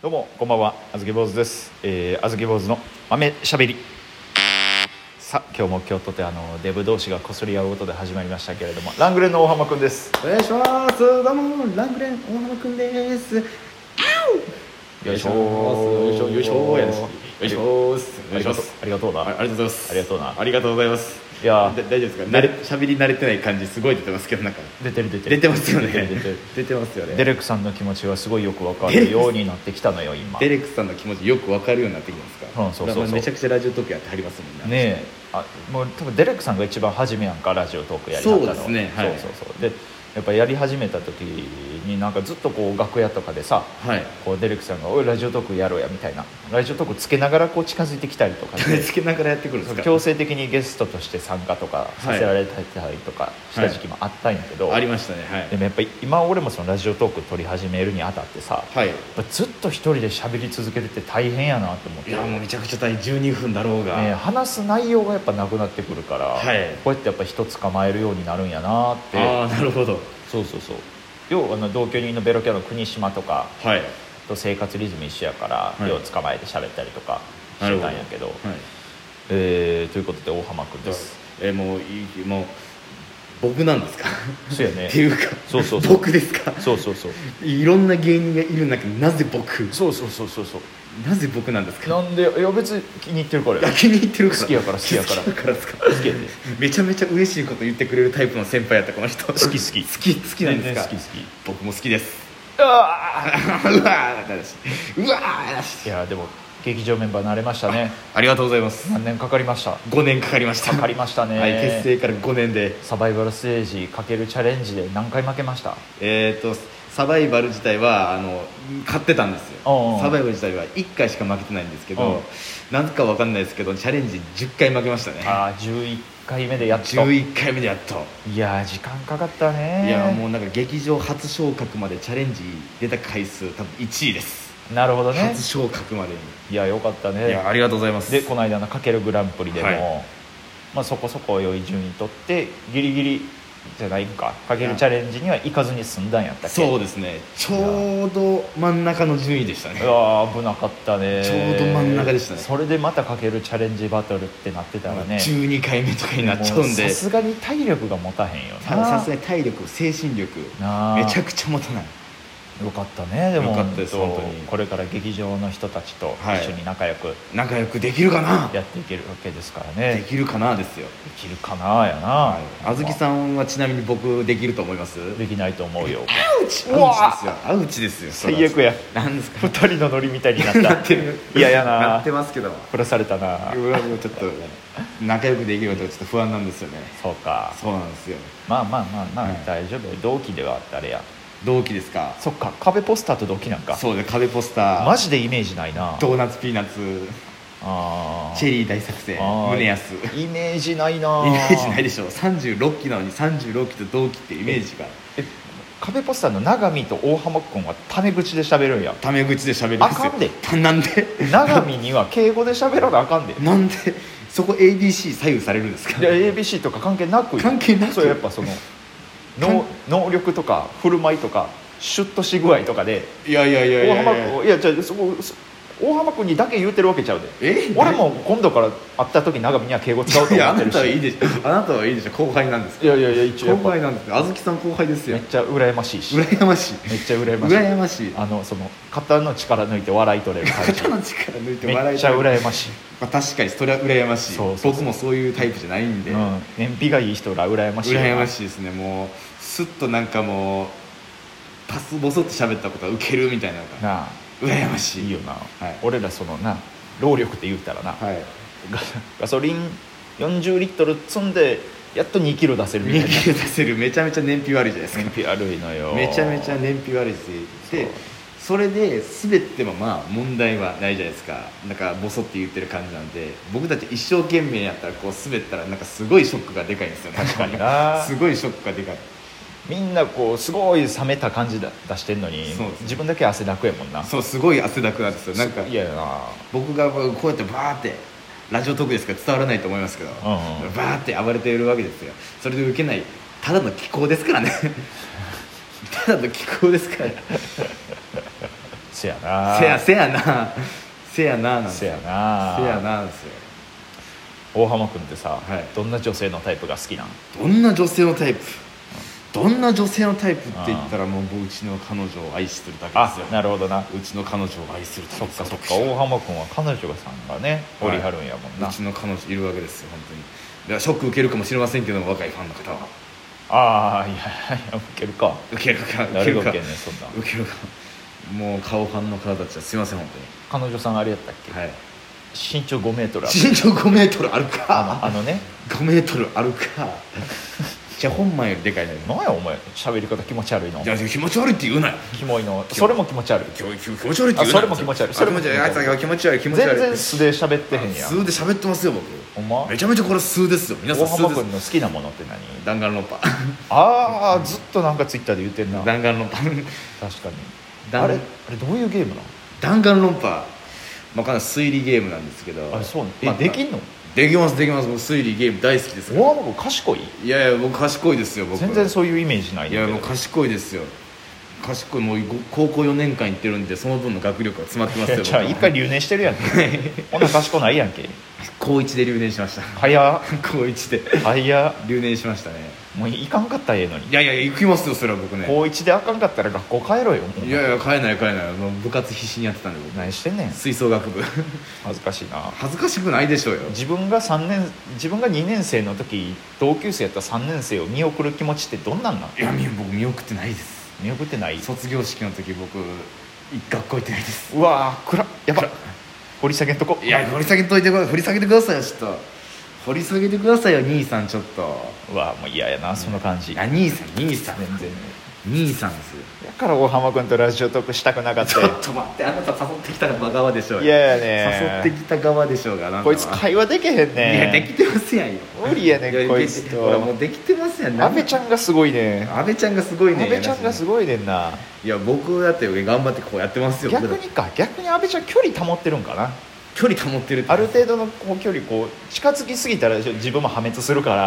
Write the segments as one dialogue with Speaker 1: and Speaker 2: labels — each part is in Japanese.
Speaker 1: どうもこんばんはあずき坊主です、えー、あずき坊主の豆しゃべりさあ今日も京都であのデブ同士がこすり合うことで始まりましたけれどもラングレンの大浜くんです
Speaker 2: お願いしますどうもラングレン大浜くんですよ
Speaker 1: よいしょ
Speaker 2: よいしょよいしょやですよいしょーす
Speaker 1: ありがとうありがとう
Speaker 2: あ
Speaker 1: な
Speaker 2: ありがとうございます
Speaker 1: ありがとうな
Speaker 2: ありがとうございます
Speaker 1: いや
Speaker 2: だ大丈夫ですか慣れ喋り慣れてない感じすごい出てますけどなんか
Speaker 1: 出てる出てる
Speaker 2: 出てますよね
Speaker 1: 出てる出てる
Speaker 2: 出てますよね
Speaker 1: デレクさんの気持ちはすごいよくわかるようになってきたのよ今
Speaker 2: デ
Speaker 1: ね
Speaker 2: レクさんの気持ちよくわかるようになってきますか
Speaker 1: うんそうそうそう
Speaker 2: まあめちゃくちゃラジオトークやってはりますもんね
Speaker 1: えあもう多分デレクさんが一番初めやんかラジオトークやりはったの
Speaker 2: そうですねはい
Speaker 1: そうそうそうでやっぱやり始めた時になんかずっとこう楽屋とかでさ
Speaker 2: はい
Speaker 1: こうデレクさんが「おいラジオトークやろうや」みたいなラジオトークつけながらこう近づいてきたりと かして
Speaker 2: つけながらやってくるんですか
Speaker 1: 強制的にゲストとして参加とかさせられたりとかした時期もあったんやけど、
Speaker 2: ありましたねは
Speaker 1: で
Speaker 2: い
Speaker 1: もやっぱり今俺もそのラジオトーク撮り始めるにあたってさ、
Speaker 2: はい
Speaker 1: やっぱずっと一人で喋り続けるって大変やなと思って
Speaker 2: いやもうめちゃくちゃ大変12分だろうが、
Speaker 1: ね話す内容がやっぱなくなってくるから、
Speaker 2: はい
Speaker 1: こうやってやっぱ人捕まえるようになるんやなって
Speaker 2: ああなるほど
Speaker 1: そうそうそう要はあの同居人のベロキャラの国島とか
Speaker 2: はい
Speaker 1: と生活リズム一緒やから、
Speaker 2: い
Speaker 1: 手を捕まえて喋ったりとかしてたんやけど
Speaker 2: はい
Speaker 1: えーということで大浜君です、
Speaker 2: えーもういいもう僕なんですか
Speaker 1: そうやね
Speaker 2: っていうか
Speaker 1: そうそうそう
Speaker 2: 僕ですか
Speaker 1: そうそうそう
Speaker 2: いろんな芸人がいる中なぜ僕
Speaker 1: そうそうそうそうそう
Speaker 2: なぜ僕なんです
Speaker 1: な
Speaker 2: か
Speaker 1: んでいや別に気に入ってるから
Speaker 2: いや
Speaker 1: よ
Speaker 2: 気に入ってるから
Speaker 1: 好きやから好きやから
Speaker 2: 好きやからですか
Speaker 1: 好きやで
Speaker 2: めちゃめちゃ嬉しいこと言ってくれるタイプの先輩やったこの人好
Speaker 1: き好き
Speaker 2: 好き好きなんで
Speaker 1: 全然
Speaker 2: すか
Speaker 1: 好き好き
Speaker 2: 僕も好きです
Speaker 1: うわ
Speaker 2: あーうわーだしうわーだ
Speaker 1: ーい
Speaker 2: し
Speaker 1: やでも劇場メンバー慣れましたね
Speaker 2: ありがとうございます
Speaker 1: 何年かかりました
Speaker 2: 5年かかりました
Speaker 1: かかりましたね
Speaker 2: はい結成から5年で
Speaker 1: サバイバルステージかけるチャレンジで何回負けました
Speaker 2: えー、とサバイバル自体はあの買ってたんですよ
Speaker 1: おうおう
Speaker 2: サバイバル自体は1回しか負けてないんですけ
Speaker 1: おう
Speaker 2: どなぜか分かんないですけどチャレンジ10回負けましたね
Speaker 1: ああ11回目でやっと
Speaker 2: 11回目でやっと、
Speaker 1: いやー時間かかったね
Speaker 2: いやもうなんか劇場初昇格までチャレンジ出た回数多分1位です、
Speaker 1: なるほどね
Speaker 2: 初昇格までに、
Speaker 1: いやよかったね
Speaker 2: いやありがとうございます
Speaker 1: でこの間のかけるグランプリでも、
Speaker 2: はい
Speaker 1: まあ、そこそこ良い順位取ってギリギリじゃないんかかけるチャレンジには行かずに済んだんやったっけ
Speaker 2: そうですねちょうど真ん中の順位でしたね
Speaker 1: うわー危なかったね
Speaker 2: ちょうど真ん中でしたね
Speaker 1: それでまたかけるチャレンジバトルってなってたらね
Speaker 2: 12回目とかになっちゃう
Speaker 1: もうんさ
Speaker 2: です
Speaker 1: がに体力が持たへんよな
Speaker 2: さすがに体力精神力
Speaker 1: なあ
Speaker 2: めちゃくちゃ持たない
Speaker 1: よかったねでも
Speaker 2: よかったです
Speaker 1: 本当
Speaker 2: 本当に
Speaker 1: これから劇場の人たちと一緒に仲良く
Speaker 2: 仲良くできるかな
Speaker 1: やっていけるわけですからね、
Speaker 2: で
Speaker 1: で
Speaker 2: きるかなですよ、
Speaker 1: きるかなやな、
Speaker 2: あずきさんはちなみに僕できると思います
Speaker 1: できないと思 うよ
Speaker 2: アウチ
Speaker 1: うわ
Speaker 2: アウチですよそれは
Speaker 1: 最悪や
Speaker 2: なんですか
Speaker 1: 二人のノリみたいになった
Speaker 2: なってる
Speaker 1: いややな
Speaker 2: なってますけども
Speaker 1: プラされたな
Speaker 2: うわもうちょっと仲良くできるかとちょっと不安なんですよね
Speaker 1: そうか
Speaker 2: そうなんですよ
Speaker 1: まあまあまあまあ、
Speaker 2: はい
Speaker 1: 大丈夫よ同期ではあったあれや
Speaker 2: 同期ですか
Speaker 1: そっか壁ポスターと同期なんか
Speaker 2: そうで壁ポスター
Speaker 1: マジでイメージないな
Speaker 2: ドーナツピーナッツ
Speaker 1: あー
Speaker 2: チェリー大作戦
Speaker 1: あー
Speaker 2: 胸安イ
Speaker 1: イメージないな
Speaker 2: メージないで
Speaker 1: し
Speaker 2: しょ36期なのに36期と同期ってイメージが
Speaker 1: 壁ポスターの永見と大浜君はタメ口で喋るんや
Speaker 2: タメ口で喋るんですよ
Speaker 1: あかんで
Speaker 2: たなんで
Speaker 1: 永見には敬語で喋らなあかんで
Speaker 2: なんでそこ ABC 左右されるんですか
Speaker 1: いや ABC とか関係なくよ
Speaker 2: 関係なく
Speaker 1: そうやっぱその能能力とか振る舞いとかシュッとし具合とかで
Speaker 2: いやいやいやい
Speaker 1: 大
Speaker 2: や
Speaker 1: 浜君いやじゃあそこそ大浜君にだけ言うてるわけちゃうで
Speaker 2: え
Speaker 1: 俺も今度から会った時長見には敬語使おうと
Speaker 2: い
Speaker 1: 思
Speaker 2: やあ
Speaker 1: って
Speaker 2: な
Speaker 1: るした
Speaker 2: はいいでしょあなたはいいでしょ後輩なんです
Speaker 1: いやいやいや一応や
Speaker 2: 後
Speaker 1: っぱ
Speaker 2: 輩なんですよあずきさん後輩です
Speaker 1: め
Speaker 2: よ
Speaker 1: っちゃ羨ましいしめっ
Speaker 2: 羨ましい
Speaker 1: ちゃ羨ましい
Speaker 2: 羨ましい
Speaker 1: あのその肩の力抜いて笑い取れる感じ
Speaker 2: 肩の力抜いて
Speaker 1: め
Speaker 2: 笑
Speaker 1: っ
Speaker 2: い
Speaker 1: ちゃ羨ましい、
Speaker 2: まあ確かにそれは羨ましい
Speaker 1: そうそうそう
Speaker 2: 僕もそういうタイプじゃないんで、
Speaker 1: うん、燃費がいい人ら羨ましい
Speaker 2: 羨ましいですねもうスッとなんかもうパスボソッと喋ったことがウケるみたいなの
Speaker 1: い
Speaker 2: が
Speaker 1: なあ
Speaker 2: 羨ましい
Speaker 1: いいよな、
Speaker 2: はい
Speaker 1: 俺らそのな労力って言うたらな、
Speaker 2: はい
Speaker 1: ガガソリン40リットル積んでやっと2キロ出せるみたい
Speaker 2: 人
Speaker 1: な
Speaker 2: 気を出せるめちゃめちゃ燃費悪いじゃないですか
Speaker 1: 燃費悪いのよ
Speaker 2: めちゃめちゃ燃費悪いしで
Speaker 1: そう
Speaker 2: それで滑ってもまあ問題はないじゃないですかなんかボソって言ってる感じなんで僕たち一生懸命やったらこう滑ったらなんかすごいショックがでかいんですよね
Speaker 1: 確かにな
Speaker 2: すごいショックがでかい
Speaker 1: みんなこうすごい冷めた感じだ出してんのに
Speaker 2: そうです
Speaker 1: 自分だけ汗だくやもんな
Speaker 2: そうすごい汗だくなんですよなんか
Speaker 1: いやいやな
Speaker 2: 僕がこうやってバーってラジオトークですから伝わらないと思いますけど、
Speaker 1: んうん
Speaker 2: バーって暴れてるわけですよそれで受けないただの 気候ですからねただの気候ですから
Speaker 1: せやな
Speaker 2: せやせやなせやななんです
Speaker 1: せ
Speaker 2: よ
Speaker 1: やな
Speaker 2: せやなんですよ
Speaker 1: 大浜君ってさ、
Speaker 2: はい
Speaker 1: どんな女性のタイプが好きなん
Speaker 2: どんな女性のタイプどんな女性のタイプって言ったらもう僕うちの彼女を愛するだけで
Speaker 1: あ
Speaker 2: すよ
Speaker 1: なるほどな
Speaker 2: うちの彼女を愛する
Speaker 1: そっかそっか
Speaker 2: う
Speaker 1: 大浜君は彼女さんがね
Speaker 2: はい
Speaker 1: おりはるんやもんな、
Speaker 2: ちの彼女いるわけですよ本当にではショック受けるかもしれませんけども若いファンの方は
Speaker 1: ああいやいや受けるか
Speaker 2: 受けるか受け
Speaker 1: 誰
Speaker 2: る
Speaker 1: が
Speaker 2: か
Speaker 1: 受けんねんそんなん
Speaker 2: 受けるかもう顔ファンの方たちはすいません本
Speaker 1: 彼女さんあれやったっ
Speaker 2: 当
Speaker 1: け、
Speaker 2: にはい
Speaker 1: 身長5メートルある
Speaker 2: 身長5メートルある
Speaker 1: あのあ
Speaker 2: か
Speaker 1: のね
Speaker 2: 5メートルあ るかじゃあ本前よりでかいね
Speaker 1: 何やお前喋り方気持ち悪いの
Speaker 2: じゃあ気持ち悪いって言うなよ
Speaker 1: キモいのそれも気持ち悪い
Speaker 2: 気持ち気持ち悪いって言うなよ
Speaker 1: あそれも気持ち悪い
Speaker 2: あ
Speaker 1: それも
Speaker 2: 気持ち悪いあいつが気持ち悪い気持ち
Speaker 1: 全
Speaker 2: 悪い
Speaker 1: 然素で喋ってへんやん
Speaker 2: 数で喋ってますよ僕
Speaker 1: ほんま
Speaker 2: めちゃめちゃこれ数ですよ皆さ
Speaker 1: 大
Speaker 2: ん数
Speaker 1: 浜
Speaker 2: です
Speaker 1: 君の好きなものって何
Speaker 2: 弾丸論 破
Speaker 1: ああずっとなんかツイッターで言ってんな
Speaker 2: 弾丸論破
Speaker 1: 確かに
Speaker 2: だん
Speaker 1: あれあれどういうゲームなの
Speaker 2: 弾丸論破まあかなり推理ゲームなんですけど
Speaker 1: あれそうね
Speaker 2: ま
Speaker 1: えできんの
Speaker 2: できますできます僕推理ゲーム大好きですから
Speaker 1: 大浜君賢い
Speaker 2: いやいや僕賢いですよ僕
Speaker 1: 全然そういうイメージないん
Speaker 2: い
Speaker 1: だ
Speaker 2: や
Speaker 1: け
Speaker 2: もう
Speaker 1: ど
Speaker 2: 賢いですよ賢いもうご高校4年間行ってるんでその分の学力が詰まってますよ
Speaker 1: じゃあ
Speaker 2: 僕
Speaker 1: 一回留年してるやん けほな賢ないやんけ
Speaker 2: 高1で留年しました
Speaker 1: 早っ
Speaker 2: 高1で
Speaker 1: 早っ
Speaker 2: 留年しましたね
Speaker 1: もう行かんかったらええのに
Speaker 2: いやいや行きますよそれは僕ね
Speaker 1: 高1であかんかったら学校帰ろよもう
Speaker 2: いやいや帰えない帰えないもう部活必死にやってたんで僕
Speaker 1: 何してんねん
Speaker 2: 吹奏 楽部
Speaker 1: 恥ずかしいな
Speaker 2: 恥ずかしくないでしょうよ
Speaker 1: 自分が3年自分が2年生の時同級生やった3年生を見送る気持ちってどんなんなん
Speaker 2: いやみ僕見送ってないです
Speaker 1: 見送ってない
Speaker 2: 卒業式の時僕い学校行ってないです
Speaker 1: うわー暗っやばい掘り下げんとこ
Speaker 2: いや掘り下げといてください掘り下げてくださいよちょっと掘り下げてくださいよ兄さんちょっと
Speaker 1: うわーもう嫌やなその感じ、
Speaker 2: いや兄さん兄さん
Speaker 1: 全然
Speaker 2: 兄さんですよ
Speaker 1: だから大浜君とラジオトークしたくなかっ
Speaker 2: ち
Speaker 1: た
Speaker 2: ょ
Speaker 1: よ
Speaker 2: っと待ってあなた誘ってきた側でしょうよ
Speaker 1: いやいやね
Speaker 2: 誘ってきた側でしょうがあなたは
Speaker 1: こいつ会話できへんねん
Speaker 2: いやできてますやんよ
Speaker 1: 無理やねん
Speaker 2: いや
Speaker 1: こいつ
Speaker 2: できて
Speaker 1: と
Speaker 2: ほらもうできてますやん
Speaker 1: 安倍ち
Speaker 2: ゃ
Speaker 1: ゃんがすごいね
Speaker 2: ん安倍ちゃんがすごいね
Speaker 1: 安倍ちゃんがす
Speaker 2: ご
Speaker 1: ごいねんない
Speaker 2: や僕だって頑張ってこうやってますよ
Speaker 1: 逆
Speaker 2: 僕だって
Speaker 1: にか逆に安倍ちゃん距離保ってるんかな
Speaker 2: 距離保ってるって
Speaker 1: ある程度のこう距離こう近づきすぎたら自分も破滅す るから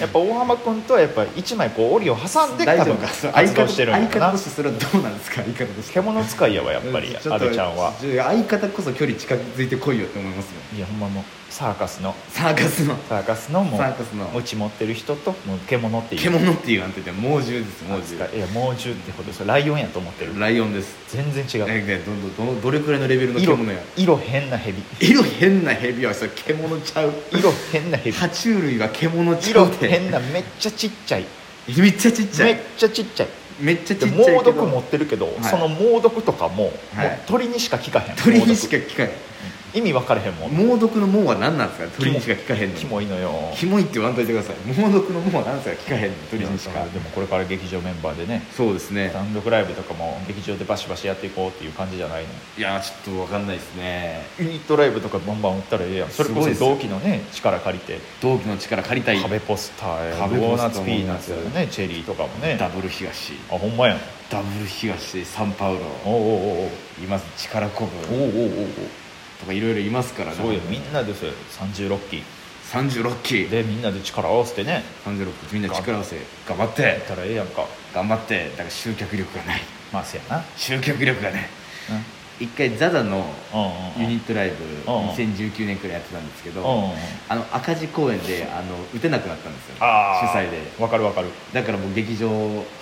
Speaker 1: やっぱ大浜君とはやっぱ一枚こう檻を挟んで
Speaker 2: 大
Speaker 1: 多
Speaker 2: 丈
Speaker 1: 分
Speaker 2: 夫か
Speaker 1: 活動してるん
Speaker 2: 相
Speaker 1: か
Speaker 2: 方
Speaker 1: な
Speaker 2: としてそれはどうなんですか相方として
Speaker 1: 獣使いやわやっぱり
Speaker 2: う
Speaker 1: 安倍ちゃんは
Speaker 2: ょっと相方こそ距離近づいてこいよって思いますよ
Speaker 1: いやほんまもうサーカスの
Speaker 2: サーカスの
Speaker 1: サーカスのも
Speaker 2: サーカスの
Speaker 1: ううち持ってる人ともう獣っていう
Speaker 2: 獣っていうなんて言って猛獣です猛
Speaker 1: 扱い
Speaker 2: 獣
Speaker 1: いや猛獣ってほどそれライオンやと思ってる
Speaker 2: ライオンです
Speaker 1: 全然違う
Speaker 2: えねどんどんどのどれくらいのレベルの
Speaker 1: 色
Speaker 2: 獣や
Speaker 1: 色変なヘ ビ
Speaker 2: 色変なヘビはそれ獣ちゃう
Speaker 1: 色変なヘビ
Speaker 2: 爬虫類は獣ちゃ
Speaker 1: 色
Speaker 2: うて
Speaker 1: 変なめっちゃちっちゃい
Speaker 2: めっちゃちっちゃ
Speaker 1: めっ
Speaker 2: い
Speaker 1: ちゃちっちゃい
Speaker 2: めっちゃち
Speaker 1: で
Speaker 2: っちゃい
Speaker 1: 猛
Speaker 2: けど
Speaker 1: 毒持ってるけど、
Speaker 2: い
Speaker 1: その猛毒とかも,、
Speaker 2: はい
Speaker 1: もう鳥にしか効かへん
Speaker 2: 鳥にし
Speaker 1: 猛
Speaker 2: か効かへ
Speaker 1: 毒意味分からへんもん
Speaker 2: ん猛毒の猛は何なんですか鳥にしか効かへんの
Speaker 1: キモいのよ
Speaker 2: キモいって言わんといてください猛毒の猛は何ですか効かへんの鳥にし
Speaker 1: な
Speaker 2: か
Speaker 1: んかでもこれから劇場メンバーでね
Speaker 2: そうですね
Speaker 1: 単独ライブとかも劇場でバシバシやっていこうっていう感じじゃないの
Speaker 2: いやちょっとわかんないですね
Speaker 1: ユニットライブとかバンバン売ったらええやんそれこ
Speaker 2: すごい
Speaker 1: そ
Speaker 2: ですよ
Speaker 1: 同期のね力借りて
Speaker 2: 同期の力借りたい
Speaker 1: 壁ポスターや
Speaker 2: 壁
Speaker 1: ドー
Speaker 2: ポスター
Speaker 1: ナツピーナツやねチェリーとかもね
Speaker 2: ダブル東
Speaker 1: あほんまやん
Speaker 2: ダブル東サンパウロ
Speaker 1: おうおうおう
Speaker 2: います力こ
Speaker 1: おう
Speaker 2: ぶ
Speaker 1: おうおうおう
Speaker 2: とかいろいろいますか
Speaker 1: お
Speaker 2: ら
Speaker 1: うすごいよみんなですよ36期
Speaker 2: 36期
Speaker 1: でみんなで力合わせてね
Speaker 2: 36期みんな力合わせ頑張って
Speaker 1: やったらええやんか
Speaker 2: 頑張ってだから集客力がない
Speaker 1: まあせやな
Speaker 2: 集客力がない一回ザザ
Speaker 1: うんう
Speaker 2: の
Speaker 1: ん
Speaker 2: ユ
Speaker 1: うん
Speaker 2: ニットライブ
Speaker 1: うんうん
Speaker 2: 2019年くらいやってたんですけ
Speaker 1: うんう
Speaker 2: ど
Speaker 1: んうん
Speaker 2: あの赤字公演であの打てなくなったんですよ主
Speaker 1: あー
Speaker 2: 催で
Speaker 1: わかるわかる
Speaker 2: だからもう劇場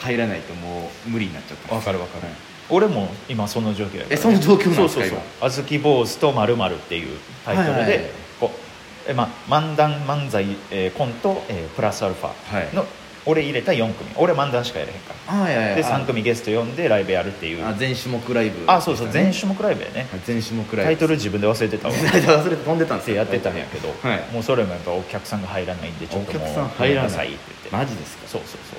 Speaker 2: 入らないともう無理になっちゃったん
Speaker 1: わ
Speaker 2: です
Speaker 1: かるわかる
Speaker 2: はい
Speaker 1: 俺も今その状況やから
Speaker 2: えその状況なん
Speaker 1: そう
Speaker 2: です
Speaker 1: そうそう
Speaker 2: か今
Speaker 1: 「あずき坊主とまるっていうタイトル
Speaker 2: はいはいはい
Speaker 1: でこうえま漫談漫才、えーコント、えープラスアルフ
Speaker 2: はい
Speaker 1: ァの、俺入れた4組俺漫談しかやれへんか
Speaker 2: ああいや
Speaker 1: ら
Speaker 2: い
Speaker 1: で
Speaker 2: や
Speaker 1: 3組ゲスト呼んでライブやるっていう
Speaker 2: あ
Speaker 1: あ
Speaker 2: 全種目ライブ
Speaker 1: そうそう
Speaker 2: でしたね
Speaker 1: 全種目ライブやね
Speaker 2: 全種目ライブ
Speaker 1: タイトル自分で忘れてたわっ
Speaker 2: タイトル忘れて飛んでたんです
Speaker 1: て
Speaker 2: よ
Speaker 1: やってたんやけど、
Speaker 2: はい
Speaker 1: もうそれもやっぱお客さんが入らないんでちょっともう
Speaker 2: お客さん入ら
Speaker 1: ごめ
Speaker 2: ない
Speaker 1: んさいって言って
Speaker 2: マジですか
Speaker 1: そうそうそ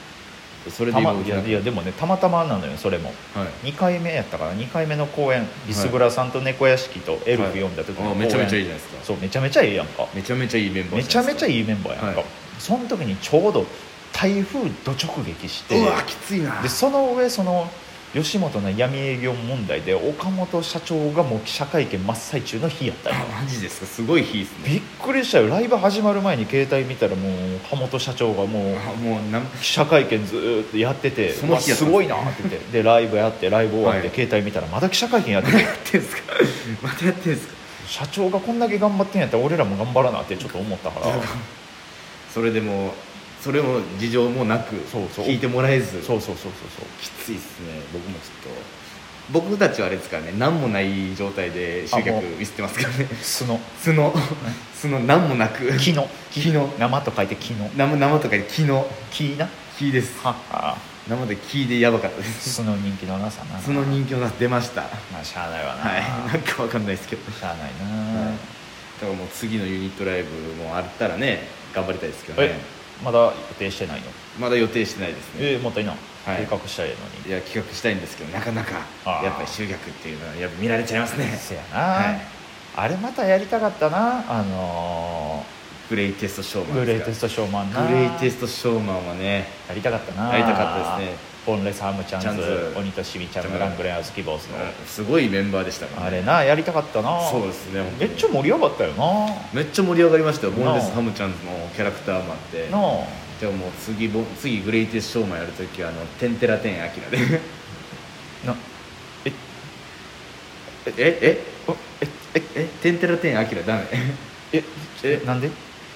Speaker 2: そうれで
Speaker 1: たま
Speaker 2: 今
Speaker 1: いやいやでもねたまたまなのよそれも
Speaker 2: はい
Speaker 1: 2回目やったから2回目の公演ビスブラさんと猫屋敷とエルフ読んだ時の公
Speaker 2: あ
Speaker 1: 演、
Speaker 2: めちゃめちゃいいじゃないですか
Speaker 1: そうめちゃめちゃええやんか
Speaker 2: めちゃめちゃいいメンバー
Speaker 1: めちゃめちゃ
Speaker 2: い
Speaker 1: いいメンバーやんか、
Speaker 2: はい
Speaker 1: その時にちょうど台風ど直撃して
Speaker 2: うわきついな
Speaker 1: でその上その吉本の闇営業問題で岡本社長がもう記者会見真っ最中の日やったよ
Speaker 2: マジですかすごい日ですね
Speaker 1: びっくりしたよライブ始まる前に携帯見たらもう岡本社長がもう
Speaker 2: あも うなん
Speaker 1: 記者会見ずーっとやってて
Speaker 2: そうの
Speaker 1: わ
Speaker 2: 日やっ
Speaker 1: す
Speaker 2: たん
Speaker 1: ごいなって言ってでライブやってライブ終わって、
Speaker 2: はい
Speaker 1: 携帯見たらまだ記者会見やってて
Speaker 2: やってんすか またやってんすか
Speaker 1: 社長がこんだけ頑張ってんやったら俺らも頑張らなってちょっと思ったから
Speaker 2: それでもそれも事情もなく
Speaker 1: そうそう
Speaker 2: 聞いてもらえず
Speaker 1: そうそうそうそうそう
Speaker 2: きついっすね僕もちょっと僕たちはあれですからね何もない状態で集
Speaker 1: あも
Speaker 2: 客
Speaker 1: う
Speaker 2: 見せてますからね
Speaker 1: 素の
Speaker 2: 素の素の何もなく
Speaker 1: 木の
Speaker 2: 木の
Speaker 1: 生と書いて木の
Speaker 2: 生生とかで木の
Speaker 1: 木な
Speaker 2: 木です
Speaker 1: はあ
Speaker 2: 生で木でやばかったです
Speaker 1: 素の人気のなさな
Speaker 2: 素の人気のな出ました
Speaker 1: まあしゃあないわな、
Speaker 2: はいなんかわかんないですけど
Speaker 1: しゃあないな、
Speaker 2: はいだからもう次のユニットライブもあったらね頑張りたいですけどね
Speaker 1: えまだ予定してないの
Speaker 2: まだ予定してないですね
Speaker 1: えもったいな、
Speaker 2: はい
Speaker 1: 計画したいの
Speaker 2: い
Speaker 1: に
Speaker 2: や企画したいんですけどなかなか
Speaker 1: あー
Speaker 2: やっぱり集客っていうのはやっぱ見られちゃいますね
Speaker 1: せやな、
Speaker 2: はい
Speaker 1: あれまたやりたかったなあの
Speaker 2: グレイテストショー
Speaker 1: ー
Speaker 2: マ
Speaker 1: グ
Speaker 2: ン
Speaker 1: レイ
Speaker 2: で
Speaker 1: テス
Speaker 2: す
Speaker 1: トショーマン
Speaker 2: か
Speaker 1: な
Speaker 2: グレイテストショーマンはね
Speaker 1: やりたかったな
Speaker 2: やりたかったですね
Speaker 1: ボンレスハムチャンズ
Speaker 2: チャンズ
Speaker 1: 鬼とシミちゃん
Speaker 2: チャン
Speaker 1: の
Speaker 2: ズ
Speaker 1: ラングレンアウスキボーズの、
Speaker 2: すごいメンバーでしたから
Speaker 1: あ
Speaker 2: ね
Speaker 1: れなやりたかったな
Speaker 2: そうですね本当
Speaker 1: め
Speaker 2: に
Speaker 1: っちゃ盛り上がったよな
Speaker 2: めっちゃ盛り上がりましたよボ
Speaker 1: なあ
Speaker 2: ンレスハムちゃんのキャラクターもあって
Speaker 1: なあ
Speaker 2: じゃあもう次ボン次グレイテストショーマンやるときはあの「テンテラテンアキラで」
Speaker 1: な
Speaker 2: ええ
Speaker 1: おえ
Speaker 2: ええテンテラテンアキラダメ
Speaker 1: ええ
Speaker 2: え
Speaker 1: なんで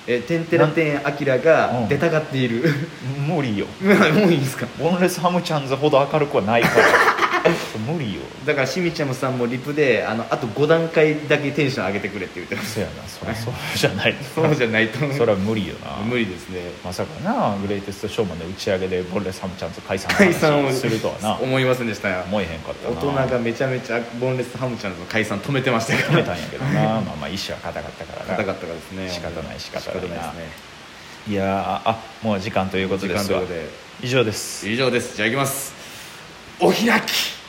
Speaker 2: えテンテラテンアキラが出たがっている、
Speaker 1: 無理よ
Speaker 2: もういいんですか
Speaker 1: ボンレスハムチャンズほど明るくはないから え無理よ
Speaker 2: だからしみちゃんさんもリプであのあと5段階だけテンション上げてくれって言ってます
Speaker 1: そやなそれそうじゃない
Speaker 2: そうじゃないと
Speaker 1: それは無理よな
Speaker 2: 無理ですね
Speaker 1: まさかなグレイテストショーマンの打ち上げでボンレスハムチャンズ解散の
Speaker 2: 解散を
Speaker 1: 話するとはな
Speaker 2: 思いませんでしたよ
Speaker 1: 思えへんかった
Speaker 2: 大
Speaker 1: な
Speaker 2: 人がめちゃめちゃボンレスハムちゃんの解散止めてました
Speaker 1: 止
Speaker 2: か
Speaker 1: め
Speaker 2: ら
Speaker 1: たんやけどなまあまあ意思は固かったからな
Speaker 2: 硬かったからですね
Speaker 1: 仕方ない仕方ない
Speaker 2: 仕ですね
Speaker 1: いやーあもう時間ということ
Speaker 2: 時
Speaker 1: で
Speaker 2: 間
Speaker 1: す
Speaker 2: という
Speaker 1: が
Speaker 2: ことで
Speaker 1: 以上です
Speaker 2: 以上ですじゃあいきますお開き